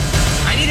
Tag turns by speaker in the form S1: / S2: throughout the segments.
S1: I need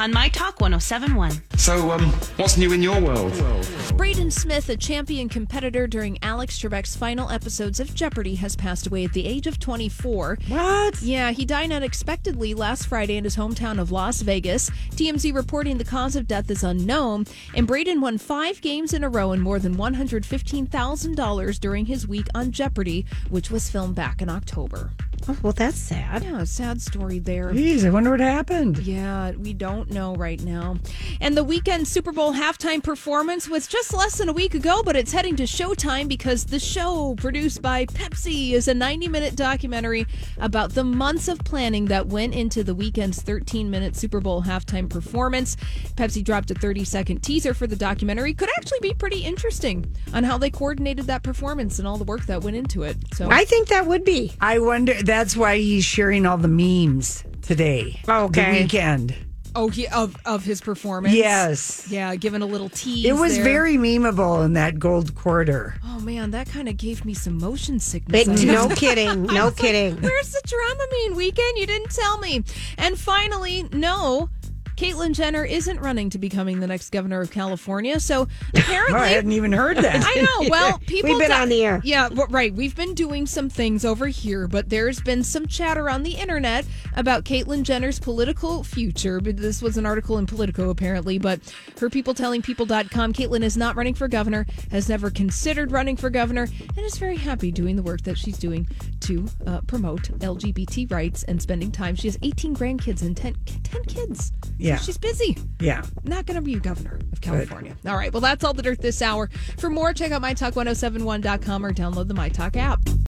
S2: on My Talk 1071.
S3: So, um, what's new in your world?
S4: Braden Smith, a champion competitor during Alex Trebek's final episodes of Jeopardy, has passed away at the age of 24. What? Yeah, he died unexpectedly last Friday in his hometown of Las Vegas. TMZ reporting the cause of death is unknown, and Braden won five games in a row and more than $115,000 during his week on Jeopardy, which was filmed back in October.
S5: Oh, well, that's sad.
S4: Yeah, sad story there.
S5: Jeez, I wonder what happened.
S4: Yeah, we don't know right now. And the weekend Super Bowl halftime performance was just less than a week ago, but it's heading to Showtime because the show, produced by Pepsi, is a 90 minute documentary about the months of planning that went into the weekend's 13 minute Super Bowl halftime performance. Pepsi dropped a 30 second teaser for the documentary. Could actually be pretty interesting on how they coordinated that performance and all the work that went into it. So
S5: I think that would be.
S6: I wonder. That's why he's sharing all the memes today.
S5: Okay.
S6: the weekend.
S4: Oh, he, of of his performance.
S6: Yes.
S4: Yeah, given a little tease.
S6: it was
S4: there.
S6: very memeable in that gold quarter.
S4: Oh man, that kind of gave me some motion sickness.
S5: But
S4: I was
S5: no kidding. No kidding.
S4: Where's the Dramamine weekend? You didn't tell me. And finally, no. Caitlyn Jenner isn't running to becoming the next governor of California. So apparently,
S6: Oh, I hadn't even heard that.
S4: I know. Well, people
S5: We've been
S4: di-
S5: on the air.
S4: Yeah, w- right. We've been doing some things over here, but there's been some chatter on the internet about Caitlyn Jenner's political future. But this was an article in Politico, apparently. But her people telling people.com Caitlyn is not running for governor, has never considered running for governor, and is very happy doing the work that she's doing to uh, promote LGBT rights and spending time. She has 18 grandkids and 10, 10 kids. So
S6: Yeah.
S4: she's busy
S6: yeah.
S4: not going to be governor of California. All oh right. Well, that's all the dirt this hour. For more, check out mytalk1071.com or download the MyTalk app.